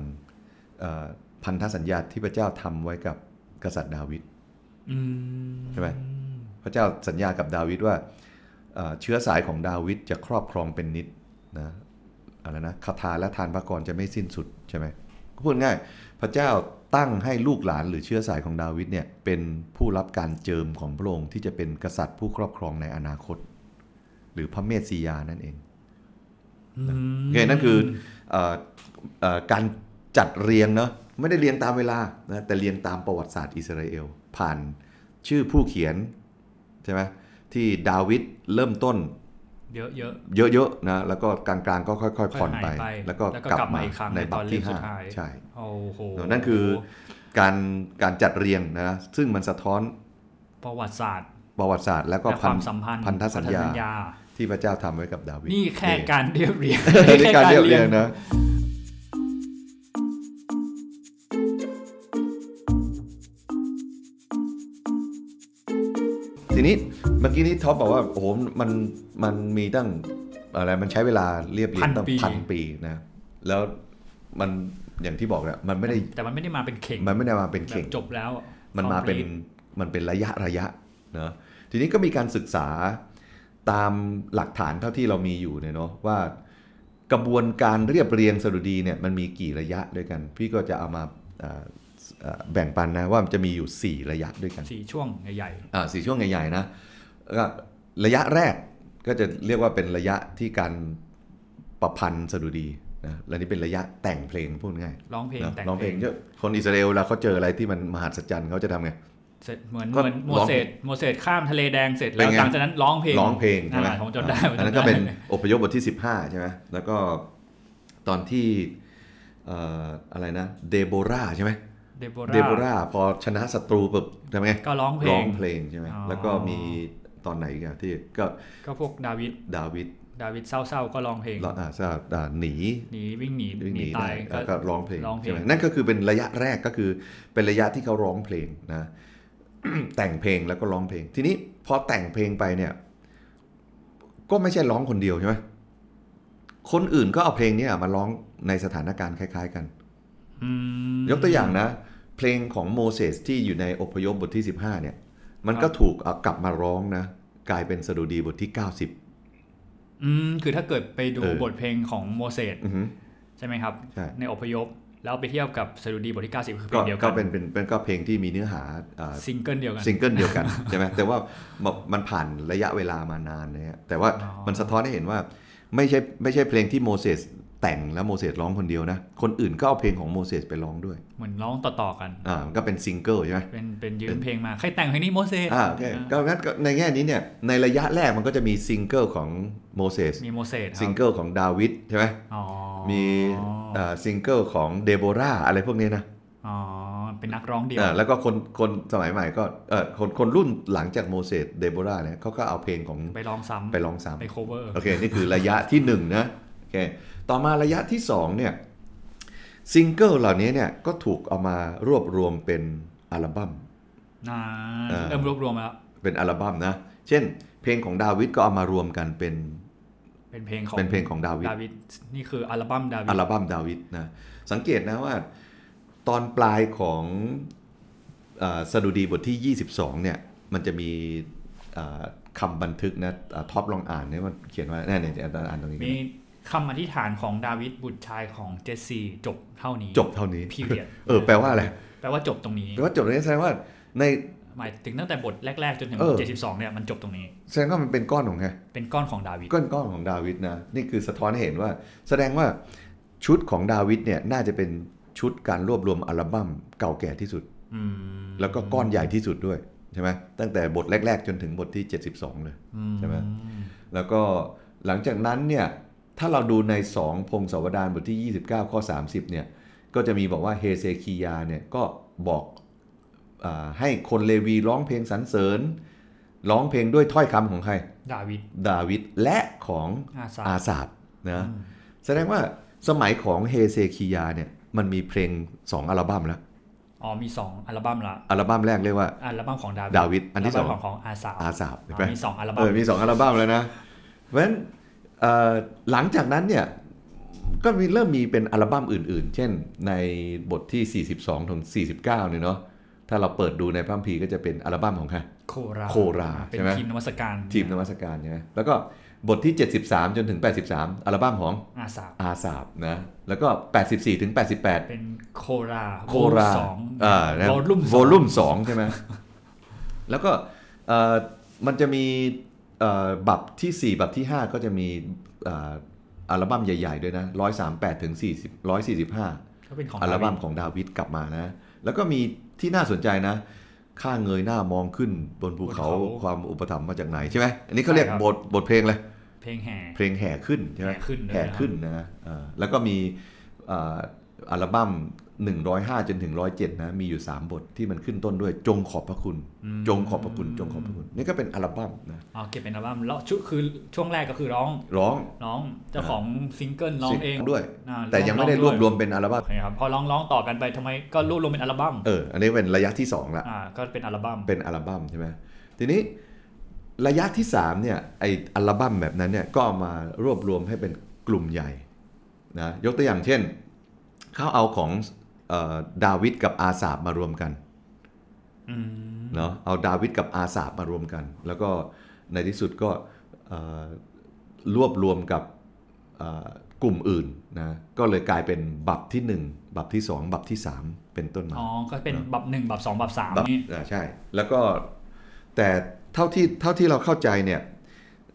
เอ่อพันธสัญญาที่พระเจ้าทำไว้กับกษัตริย์ดาวิด
อืม
ใช่ไหม พระเจ้าสัญญากับดาวิดว่าเอ่อเชื้อสายของดาวิดจะครอบครองเป็นนิดนะอะไรนะคาถาและทานพระกรจะไม่สิ้นสุดใช่ไหมก็พูดง่ายพระเจ้าตั้งให้ลูกหลานหรือเชื้อสายของดาวิดเนี่ยเป็นผู้รับการเจิมของพระองค์ที่จะเป็นกษัตริย์ผู้ครอบครองในอนาคต หรือพระเมสสิยานั่นเอง
อืม
โอเคนั่นคือเอ่อเอ่อการจัดเรียงเนาะไม่ได้เรียงตามเวลานะแต่เรียงตามประวัติศาสตร์อิสราเอล ผ่านชื่อผู้เขียนใช่ไหมที่ดาวิดเริ่มต้น
เยอะเยอะ
เยอะๆนะแล้วก็กลางๆก็ค่อยๆผ่อนไป
ค่อยๆหายไป
แล้วก็
แล้วก็
กลับ
กลับ
มา
มาอีกครั้ง
ใน
ใน
บั
ต
พ
อนเล่
ที่
มสุด
ห้า
ท้าย
ใช่
ๆโอ้โห
นั่นคือ การการจัดเรียงนะซึ่งมันสะท้อน
ประวัติศาสตร์
ประวัติศาสตร์ แล้วก็
และค
พัน
วามสัมพันธ์
พันธสัญญา
พันธญา
ที่พระเจ้าทำไว้กับดาวิด
นี่แค่การเรียบเรียง
นี่การเรียบเรียงนะ ทีนี้เมื่อกี้นี้ท็อปบอกว่าโอ้โหมันมันมีตั้งอะไรมันใช้เวลาเรียบเรียงตั้ง
พั
พั
น
น
ปี
ปีนะแล้วมันอย่างที่บอกแหละมันไม่ได้
แต่มันไม่ได้มาเป็นเข่ง
มันไม่ได้มาเป็น
แบ
เข่ง
บจบแล้วอะ
มันมาเป็น
complete
มันเป็นระยะระยะเนอะทีนี้ก็มีการศึกษาตามหลักฐานเท่าที่เรามีอยู่เนี่ยเนาะว่ากระบวนการเรียบเรียงสดุดีเนี่ยมันมีกี่ระยะด้วยกัน พี่ก็จะเอามาเอ่อเอ่อแบ่งปันนะว่ามันจะมีอยู่ 4 ระยะด้วยกัน
สี่ช่วงใหญ่
อ่าสี่ช่วงใหญ่ๆนะก็ระยะแรกก็จะเรียกว่าเป็นระยะที่การประพันธ์สดุดีนะและนี่เป็นระยะแต่งเพลงพูดง่าย
ๆร้องเพลง
นะ
แต่ง
ร้อง
เพ
เพ
ล
ล
ง
งเยอะคนอิสราเอลเวลาเขาเจออะไรที่มันมหัศจรรย์เขาจะทำไง
เสร็จเหมือน
ก็
เหมือนโมเสสโมเสสข้ามทะเลแดงเสร็จแล้ว
เป็นไง
หลังจากนั้นร้องเพลง
ร้องเพลงใช่ไหม
อ่าผมจำได้
อ่า
ผมจำได้
อันนั้นก็เป็นอพยพบทที่ 15 ใช่ไหมแล้วก็ตอนที่เอ่ออะไรนะเดโบราใช่ไหม
เดโบ
เดโบ
รา
ราพอชนะศัตรูปุ๊บทำไง
ก็ร้องเพล
ร้อง งเพลงใช่ไหม
อ๋อ
แล้วก็มีตอนไหนอีกันที่ก็
ก็พวกดาวิด
ดาวิด
ดาวิดเศร้าๆ ก็ร้องเพลง
เราอ่าทราบอ่าหนี
หนีวิ่งหนี
วิ่ง
ห
ห
นี
นี
ตา
ได้
ย
แล้วก็ร้องเพลง
ร้องเพลง
ใช่ไหมนั่นก็คือเป็นระยะแรกก็คือเป็นระยะที่เขาร้องเพลงนะ แต่งเพลงแล้วก็ร้องเพลง ทีนี้พอแต่งเพลงไปเนี่ย ก็ไม่ใช่ร้องคนเดียวใช่ไหม คนอื่นก็เอาเพลงเนี้มาร้องในสถานการณ์คล้าย ๆ กัน
อืม
ยกตัวอย่างนะ เพลงของโมเสสที่อยู่ในอพยพบทที่ 15 เนี่ย มัน
ครั
ก็
บ
ถูกเอากลับมาร้องนะ กลายเป็นสดุดีบทที่ 90
อืมคือถ้าเกิดไปดู
เออ
บทเพลงของโมเสส
อือหือ
ใช่ไหมครับ
ใช่
ในอพยพ แล้วไปเทียบกับสดุดีบทที่ 90 คือเพล
ก็
งเดียวกั
ก็
น
เป็นเป็นเป็นก็เพลงที่มีเนื้อหาอ่า
ซิงเกิลเดียวกัน
ซิงเกิลเดียวกัน ใช่ไหมแต่ว่ามันมันผ่านระยะเวลามานานนะฮะแต่ว่า
อ๋อ
มันสะท้อนให้เห็นว่าไม่ใช่ไม่ใช่เพลงที่โมเสสแต่งแล้วโมเสสร้องคนเดียวนะ คนอื่นก็เอาเพลงของโมเสสไปร้องด้วย
เหมือนร้องต่อๆกัน
อ่ามันก็เป็นซิงเกิลใช่ไหม
เป็นเป็นยืมเพลงมา ใครแต่งเพลงนี้โมเสส
อ่าโอเคก็งั้นก็ในแง่นี้เนี่ยในระยะแรกมันก็จะมีซิงเกิลของโมเสส
มีโมเสสค
ซิ
รั
ง
บ
เกิลของดาวิดใช่ไหม
อ๋อ
มีอ่าซิงเกิลของเดโบราอะไรพวกนี้นะ
อ๋อ เป็นนักร้องเดียว
อ่าแล้วก็คนคนสมัยใหม่ก็เออคนคนรุ่นหลังจากโมเสสเดโบราเนี่ยเขาก็เอาเพลงของ
ไปร้องซ้ำ
ไปร้องซ้ำ
ไป cover
โอเค นี่คือระยะที่1นงนะโอเคต่อมาระยะที่2เนี่ยซิงเกิลเหล่านี้เนี่ยก็ถูกเอามารวบรวมเป็นอัลบั้ม
นะ
เออ
เริ่มรวบรวมแล้ว
เป็นอัลบั้มนะ เช่น เพลงของดาวิดก็เอามารวมกันเป็น
เป็นเพลงของ
เป็นเพลงของดาวิด
ดาวิด นี่คืออัลบั้มดาวิ
อั
ด
ลบั้มดาวิดนะสังเกตนะว่าตอนปลายของเอ่อสดุดีบทที่ 22เนี่ยมันจะมีเอ่อคำบันทึกนะเอ่อท็อปลองอ่านเนี่ยมันเขียนว่าแน่เนี่ยอาจารย์อ่านตรงนี้
มีคำอธิษฐานของดาวิดบุตรชายของเจสซีจบเท่านี้
จบเท่านี้
period
เออแปลว่าอะไร
แปลว่าจบตรงนี้
แต่ว่าจบเรื่องนี้แสดงว่าใน
หมายถึงตั้งแต่บทแรก ๆ จนถึง
เอบอ
ท72เนี่ยมันจบตรงนี้
แสดงว่ามันเป็นก้อนของใคร
เป็นก้อนของดาวิด
ก้อนก้อนของดาวิดนะนี่คือสะท้อนให้เห็นว่า แสดงว่าชุดของดาวิดเนี่ยน่าจะเป็นชุดการรวบรวมอัลบั้มเก่าแก่ที่สุด
อืม
แล้วก็ก้อนใหญ่ที่สุดด้วยใช่ไหมตั้งแต่บทแรก ๆ จนถึงบทที่ 72 เลย
อื
ใช่ไหม แล้วก็หลังจากนั้นเนี่ยถ้าเราดูใน 2 พงศาวดารบทที่ 29 ข้อ 30เนี่ยก็จะมีบอกว่าเฮเซคียาเนี่ยก็บอกอาให้คนเลวีร้องเพลงสรรเสริญ ร้องเพลงด้วยถ้อยคำของใคร
ดาวิด
ดาวิดและของ
อาซา
อาสาบนะแสดงว่าสมัยของเฮเซคียาเนี่ยมันมีเพลง 2 อัลบั้มแล้ว
อ๋อมีสองอัลบั้มละ
อัลบั้มแรกเรียกว่า
อัลบั้มของดาวิด
ดาวิดอันที่
ลบั้ม
สอง
ของของอาซา
อาสาบ
อ๋
เห็น
อ
ไหม
มีสองอัล
เอ
บั้ม
อมี 2 อัลบั้มแล้วนะ เพราะฉะนั้นเอ่อหลังจากนั้นเนี่ยก็มีเริ่มมีเป็นอัลบั้มอื่นๆ เช่นในบทที่ 42ถึง49เนี่ยเนาะถ้าเราเปิดดูในพระคัมภีร์ก็จะเป็นอัลบั้มของใคร
โครา
โครา
อ่เป็น
ใช่ไหม
ทีมนวัตการ
ทีมนวัตการใช่ไหมแล้วก็บทที่ 73 จนถึง 83 อัลบั้มของ
อาซา
อาสาบนะแล้วก็ 84 ถึง 88
เป็นโครา
โครา
สอง
อ่านะ
วอลลุ่มสอง
วอลลุ่มสองใช่ไหม แล้วก็เอ่อมันจะมีเอ่อบับที่ 4 บับที่ 5 ก็จะมีเอ่ออัลบั้มใหญ่ ๆ ด้วยนะ 138 ถึง 40 145
ก็เป็นของ
อัล
ดาวิ
บั้
ด
มของดาวิดกลับมานะ แล้วก็มีที่น่าสนใจนะ ข้าเงยหน้ามองขึ้นบนภูเขา
บนเขา
ความอุปถัมภ์มาจากไหนใช่ไหมอันนี้เขาเรียก
ใช่ครับ
บทบทเพลงเลย
เพลงแห่
เพลงแห่ขึ้นใช่ไหม
แห่ขึ้นเลย
แห่
นะครับ
ขึ้นนะเอ่อแล้วก็มีเอ่ออัลบั้ม 105 จนถึง 107 นะ มีอยู่ 3 บทที่มันขึ้นต้นด้วยจงขอบพระคุณ จงขอบพระคุณ จงขอบพระคุณ นี่ก็เป็นอัลบั้มนะ
อ๋อเก็บเป็นอัลบั้มแล้วชุดคือช่วงแรกก็คือร้อง
ร้อง
ร้องเจ้าของซิงเกิลร้อง
ซิงเกิล
เอง
ด้วย
อ่า
แต่ยังไม่ได้รวบรวมเป็นอัลบั้
โอ
ม
เคครับพอร้องร้องต่อกันไปทำไมก็รวบรวมเป็นอัลบั้ม
เอออันนี้เป็นระยะที่ 2 ละ
อ่าก็เป็นอัลบั้ม
เป็นอัลบั้มใช่ไหมทีนี้ ระยะที่3เนี่ยไออัลบั้มแบบนั้นเนี่ยก็เอามารวบรวมให้เป็นกลุ่มใหญ่นะยกตัวอย่างเช่น เขาเอาของเออดาวิดกับอาสาบมารวมกัน
อืม
เนาะเอาดาวิดกับอาสาบมารวมกัน แล้วก็ในที่สุดก็เอ่อรวบรวมกับเอ่อกลุ่มอื่นนะก็เลยกลายเป็นบับที่ 1 บับที่ 2 บับที่ 3 เป็นต้นมา
อ๋อ ก็เป็นบับหนึ่งบับสองบับสาม
แบบ
นี่
อ่าใช่ แล้วก็แต่เท่าที่เท่าที่เราเข้าใจเนี่ย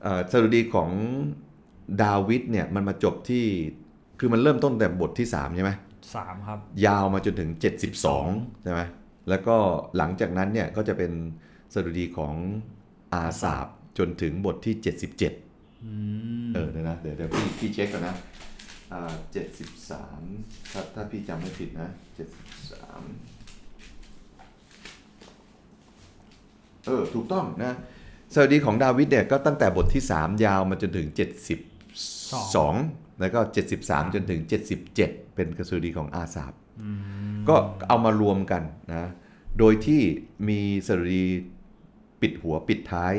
เอ่อสดุดีของดาวิดเนี่ยมันมาจบที่คือมันเริ่มต้นแต่บทที่ 3 ใช่ไหม
สามครับ
ยาวมาจนถึง 72 ใช่ไหมแล้วก็หลังจากนั้นเนี่ยก็จะเป็นสดุดีของอาสาบจนถึงบทที่ 77 เ
อืม
ออเดี๋ยวนะเดี๋ยวเดี๋ยวพี่พี่เช็คก่อนนะอ่า73 ถ้าถ้าพี่จำไม่ผิดนะ 73 เออถูกต้องนะสวัสดีของดาวิดเนี่ยก็ตั้งแต่บทที่ 3 ยาวมาจนถึง 72 แล้วก็ 73 จนถึง 77 เป็นกระสดีของอาสาบก็เอามารวมกันนะโดยที่มีสดุดีปิดหัวปิดท้าย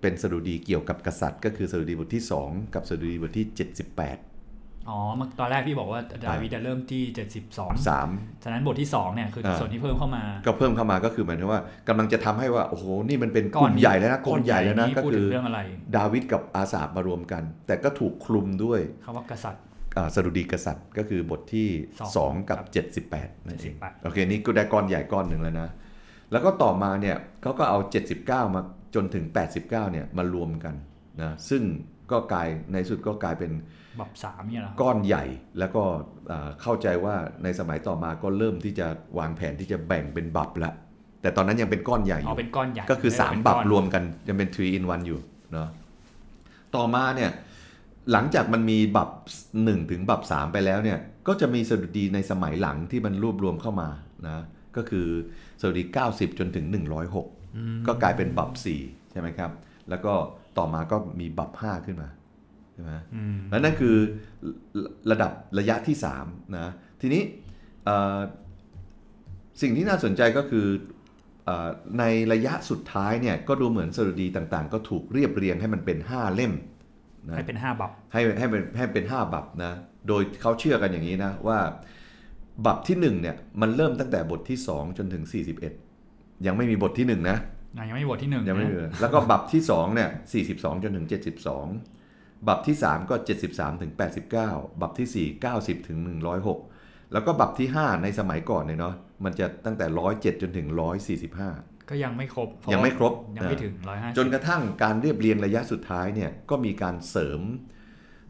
เป็นสดุดีเกี่ยวกับกษัตริย์ ก็คือสดุดีบทที่ 2 กับสดุดีบทที่ 78
อ๋อเมื่อตอนแรกพี่บอกว่าดาวิดจะเริ่มที่เจ็ดสิบสอง
3
ฉะนั้นบทที่สองเนี่ยคือ
เออ
ส่วนที่เพิ่มเข้ามา
ก็เพิ่มเข้ามาก็คือหมายถึงว่ากำลังจะทำให้ว่าโอ้โหนี่มันเป็นก
ก้อ
ลุ่
น
มใหญ่แล้วนะก
ก้
ลุ่
อน
มใหญ่แล้วนะ
ใหญ่นี่
ก็
พูดถึ
คื
ง
อ
เรื่องอะไร
ดาวิดกับอาสาบมารวมกัน แต่ก็ถูกคลุมด้วย
คำว่ากษัตริย์
อ่าสดุดีกษัตริย์ ก็คือบทที่
สอง
2 กับ 78นั่นเอง
78
โอเคนี่ก็ได้ก้อนใหญ่ก้อนหนึ่งแล้วนะ แล้วก็ต่อมาเนี่ยเขาก็เอา 79 มาจนถึง 89เนี่ยมารวมกันนะซึ่งก็กลายในสุดก็กลายเป็น
บับสามเนี่ยนะครับ
ก้อนใหญ่แล้วก็อ่าเข้าใจว่าในสมัยต่อมาก็เริ่มที่จะวางแผนที่จะแบ่งเป็นบับละ แต่ตอนนั้นยังเป็นก้อนใหญ่อ
เอา
ยู่
เป็นก้อนใหญ่
ก็คือ
เเป็น
3 บับ
ก้อน
รวมกันยังเป็น 3 in 1 อยู่เนาะต่อมาเนี่ยหลังจากมันมีบับ 1 ถึงบับ 3 ไปแล้วเนี่ยก็จะมีสดุดีในสมัยหลังที่มันรวบรวมเข้ามานะก็คือสดุดี 90 จนถึง 106 ก็กลายเป็นบับ 4 ใช่ไหมครับ แล้วก็ต่อมาก็มีบับ 5 ขึ้นมาใช่ไหม
อืม
และนั่นคือระระดับระยะที่3นะทีนี้เอ่อสิ่งที่น่าสนใจก็คือเออในระยะสุดท้ายเนี่ยก็ดูเหมือนสรุดีต่างๆ ก็ถูกเรียบเรียงให้มันเป็น 5 เล่มนะ
ให้เป็นห้าบับ
ให้ให้เป็นให้เป็น 5 บับนะโดยเขาเชื่อกันอย่างนี้นะว่าบับที่1เนี่ยมันเริ่มตั้งแต่บทที่ 2 จนถึง 41 ยังไม่มีบทที่ 1 นะ
อ่ะยังไม่บทที่หนึ่ง
ยังไม่
นะ
มีเลยแล้วก็บับที่2เนี่ย42 จนถึง 72 บับที่ 3 ก็ 73 ถึง 89 บับทีสี่4 90 ถึง 106 แล้วก็บับที่ 5 ในสมัยก่อนเนี่ยเนาะมันจะตั้งแต่ 107 จนถึง 145
ก็ยังไม่ครบเพาะ
ยังไม่ครบ
ยังไม่ถึงร้อยห้า
จนกระทั่งการเรียบเรียงระยะสุดท้ายเนี่ยก็มีการเสริม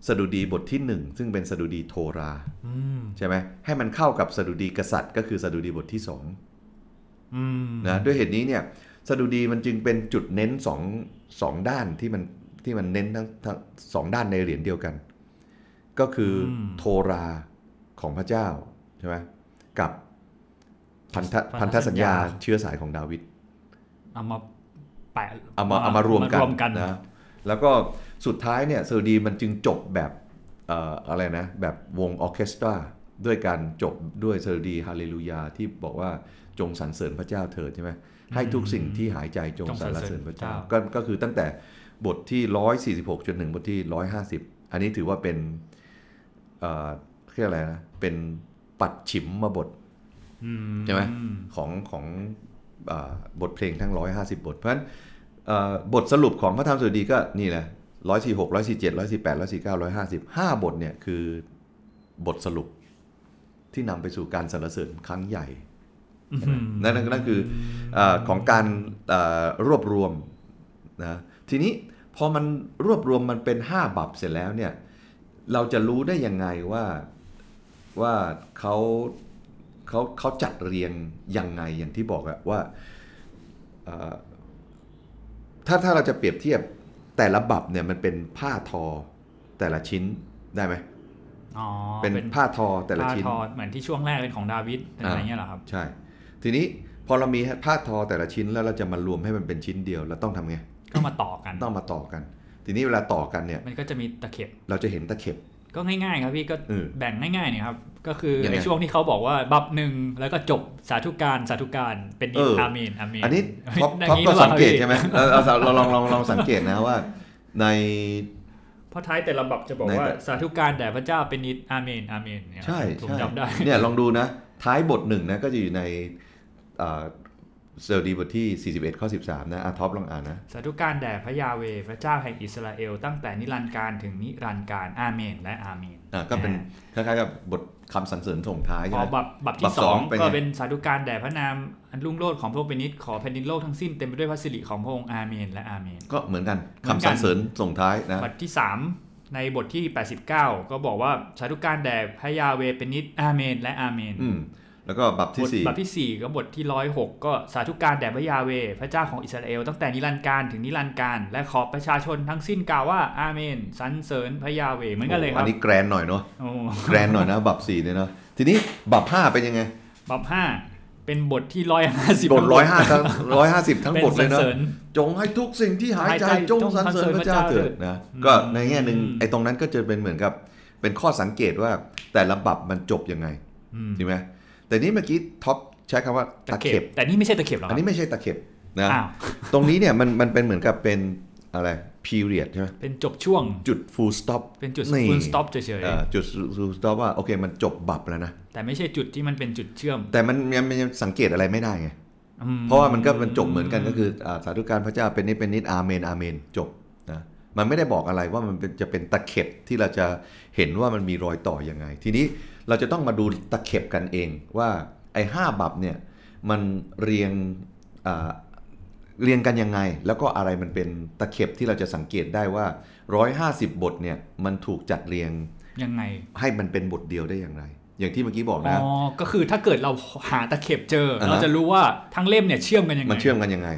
สดุดีบทที่ 1 ซึ่งเป็นสดุดีโทรา
อืม
ใช่ไหมให้มันเข้ากับสดุดีกษัตริย์ ก็คือสดุดีบทที่สอง
อืม
นะด้วยเหตุนี้เนี่ยสดุดีมันจึงเป็นจุดเน้นสองสองด้านที่มันที่มันเน้นทั้งทั้งสองด้านในเหรียญเดียวกัน ก็คืออโทราของพระเจ้าใช่ไหมกับพันธพันธสัญญาเชื้อสายของดาวิด
เอามาแปะ
เอามาเอามารวมกัน
รวมกัน
นะแล้วก็สุดท้ายเนี่ยสดุดีมันจึงจบแบบเอ่ออะไรนะแบบวงออร์เคสตราด้วยการจบด้วยสดุดีฮาเลลูยาที่บอกว่าจงสรรเสริญพระเจ้าเถิดใช่ไหมให้ทุกสิ่งที่หายใจ จงสรรเสริญพระเจ้าก็ก็คือตั้งแต่บทที่ 146 จนถึงบทที่ 150 อันนี้ถือว่าเป็นเอ่อเรียกอะไรนะ เป็นปัดฉิมมาบท
อื
ใช่ไหม
อื
ของของเอ่อบทเพลงทั้ง 150 บท เพราะฉะนั้นเอ่อบทสรุปของพระธรรมสดุดีก็นี่แหละ 146 147 148 149 150 5 บทเนี่ยคือบทสรุปที่นำไปสู่การสรรเสริญครั้งใหญ่
อืม
นั่นนั่นคือเอ่อของการเอ่อรวบรวมนะทีนี้พอมันรวบรวมมันเป็น 5 บับเสร็จแล้วเนี่ยเราจะรู้ได้ยังไงว่าว่าเขาเขาเขาจัดเรียงยังไงอย่างที่บอกอะว่าเอ่อถ้าถ้าเราจะเปรียบเทียบแต่ละบับเนี่ยมันเป็นผ้าทอแต่ละชิ้นได้ไหม
อ๋อ
เป็นผ้าทอแต่ละชิ้น
ผ้าทอเหมือนที่ช่วงแรกเป็นของดาวิดเป็นอะไรเงี้ยเหรอครับ
ใช่ ทีนี้พอเรามีผ้าทอแต่ละชิ้นแล้วเราจะมารวมให้มันเป็นชิ้นเดียวเราต้องทำไง
ก็มาต่อกัน
ต้องมาต่อกัน ทีนี้เวลาต่อกันเนี่ย
มันก็จะมีตะเข็บ
เราจะเห็นตะเข็บ
ก็ง่ายๆครับพี่ก็
เออ
แบ่งง่ายๆเนี่ยครับ ก็คือ
ยังไง
ในช่วงที่เขาบอกว่าบับหนึ่งแล้วก็จบสาธุการสาธุการเป็น
เอออ
อาเมนอาเมน
อันนี้ท็อป
ได้
ท็อป
ย่า
ก็
หรอ
สังเกต
ครับพี่
ใช่ไหมเออเอาเราลองลองลองสังเกตนะว่า ใน
เพราะท้ายแต่ละบับจะบอก
ใน
ว่า
แต่
สาธุการแด่พระเจ้าเป็นนิดอาเมนอาเมนเนี่ยครับ
ใช่
ผม
ใช่
จำได้
เนี่ยลองดูนะ ท้ายบทหนึ่งนะก็จะอยู่ในเอ่อเซอร์ดีบทที่ 41 ข้อ 13 นะอ่ะท็อปลองอ่านนะ
สาธุการแด่พระยาเวห์พระเจ้าแห่งอิสราเอล ตั้งแต่นิรันดร์การถึงนิรันดร์การอาเมนและอาเมน
อ่ะก็เป็นคล้ายๆกับบทคำสรรเสริญส่งท้าย
พ
ใช่
อ
ไหม
บับบับ
บั
ที่
บ
ส
ส
อ
อง งเป็นไง
ก็เป็นสาธุการแด่พระนามอันรุ่งโรจน์ของพระองค์เป็นนิดขอแผ่นดินโลกทั้งสิ้นเต็มไปด้วยพระสิริของพระองค์อาเมนและอาเมน
ก็เหมือนกัน
เหมื
คำ
อนกัน
สรรเสริญส่งท้ายนะ
บทที่ 3 ในบทที่ 89 ก็บอกว่าสาธุการแด่พระยาเวห์เป็นนิดอาเมนและอาเมน
อืมแล้วก็บัพ
บ
ที่
ท
สี่
บทที่ 4 ก็บทที่106 ก็สาธุการแด่พระยาเวห์พระเจ้าของอิสราเอลตั้งแต่นิรันดร์การถึงนิรันดร์การและขอบประชาชนทั้งสิ้นกล่าวว่าอาเมนสรรเสริญพระยาเวห์เหมือนกันเลยค
อั
รับ
นนี้แกรนหน่อยเนาะ
โอ้
แกรนหน่อยนะ บัพสี่เนี่ยเนาะทีนี้บัพห้าเป็นยังไง
บับห้าเป็นบทที่ร้อยห้าสิบบ
ทร้อยห้าทั้ งร้อยห้าสิบทั้ง
เป็น
บท
ส
เล
ร
ย
ร
เนาะ
เสริญ
จงให้ทุกสิ่งที่หายใจ
หายใจ
จงสรรเสริญพระเจ้าเถิดนะ
อืม
ก็ในแง่หนึ่ง
อืม
ไอ้ตรงนั้นก็จะเป็นเหมือนกับ เป็นข้อสังเกตว่าแต่ละบัพมันจบยังไง
อืม
ใช่ไหมแต่นี้เมื่อกี้ท็อปใช้คำว่าตะ
ตะเข็
เข็
บบ แต่นี่ไม่ใช่ตะเข็บหรอค
อัน
รับ
นี้ไม่ใช่ตะเข็บนะ
อ้าว
ตรงนี้เนี่ยมันมันเป็นเหมือนกับเป็นอะไร period ใช่ไหม
เป็นจบช่วง
จุด full stop
เป็นจุด
นี่
ฟูลสต็อปเฉย
เอ่อจุด full stop ว่าโอเคมันจบบับแล้วนะ
ๆแต่ไม่ใช่จุดที่มันเป็นจุดเชื่อม
แต่มันยังมันยังสังเกตอะไรไม่ได้ไง
อืม
เพราะว่ามันก็มันจบเหมือนกันก็คืออ่าสาธุการพระเจ้าเป็นนิดเป็นนิดอาเมนอาเมนจบนะมันไม่ได้บอกอะไรว่ามันเป็นจะเป็นตะเข็บที่เราจะเห็นว่ามันมีรอยต่อยังไง ทีนี้เราจะต้องมาดูตะเข็บกันเองว่าไอ้ห้าบับเนี่ยมันเรียงอ่าเรียงกันยังไง แล้วก็อะไรมันเป็นตะเข็บที่เราจะสังเกตได้ว่า 150 บทเนี่ยมันถูกจัดเรียง
ยังไง
ให้มันเป็นบทเดียวได้อย่างไร อย่างที่เมื่อกี้บอก
อ๋
นะ
อ ก็คือถ้าเกิดเราหาตะเข็บเจอ
อ่าฮะ
เราจะรู้ว่าทั้งเล่มเนี่ยเชื่อมกันยังไง
มันเชื่อมกันยังไง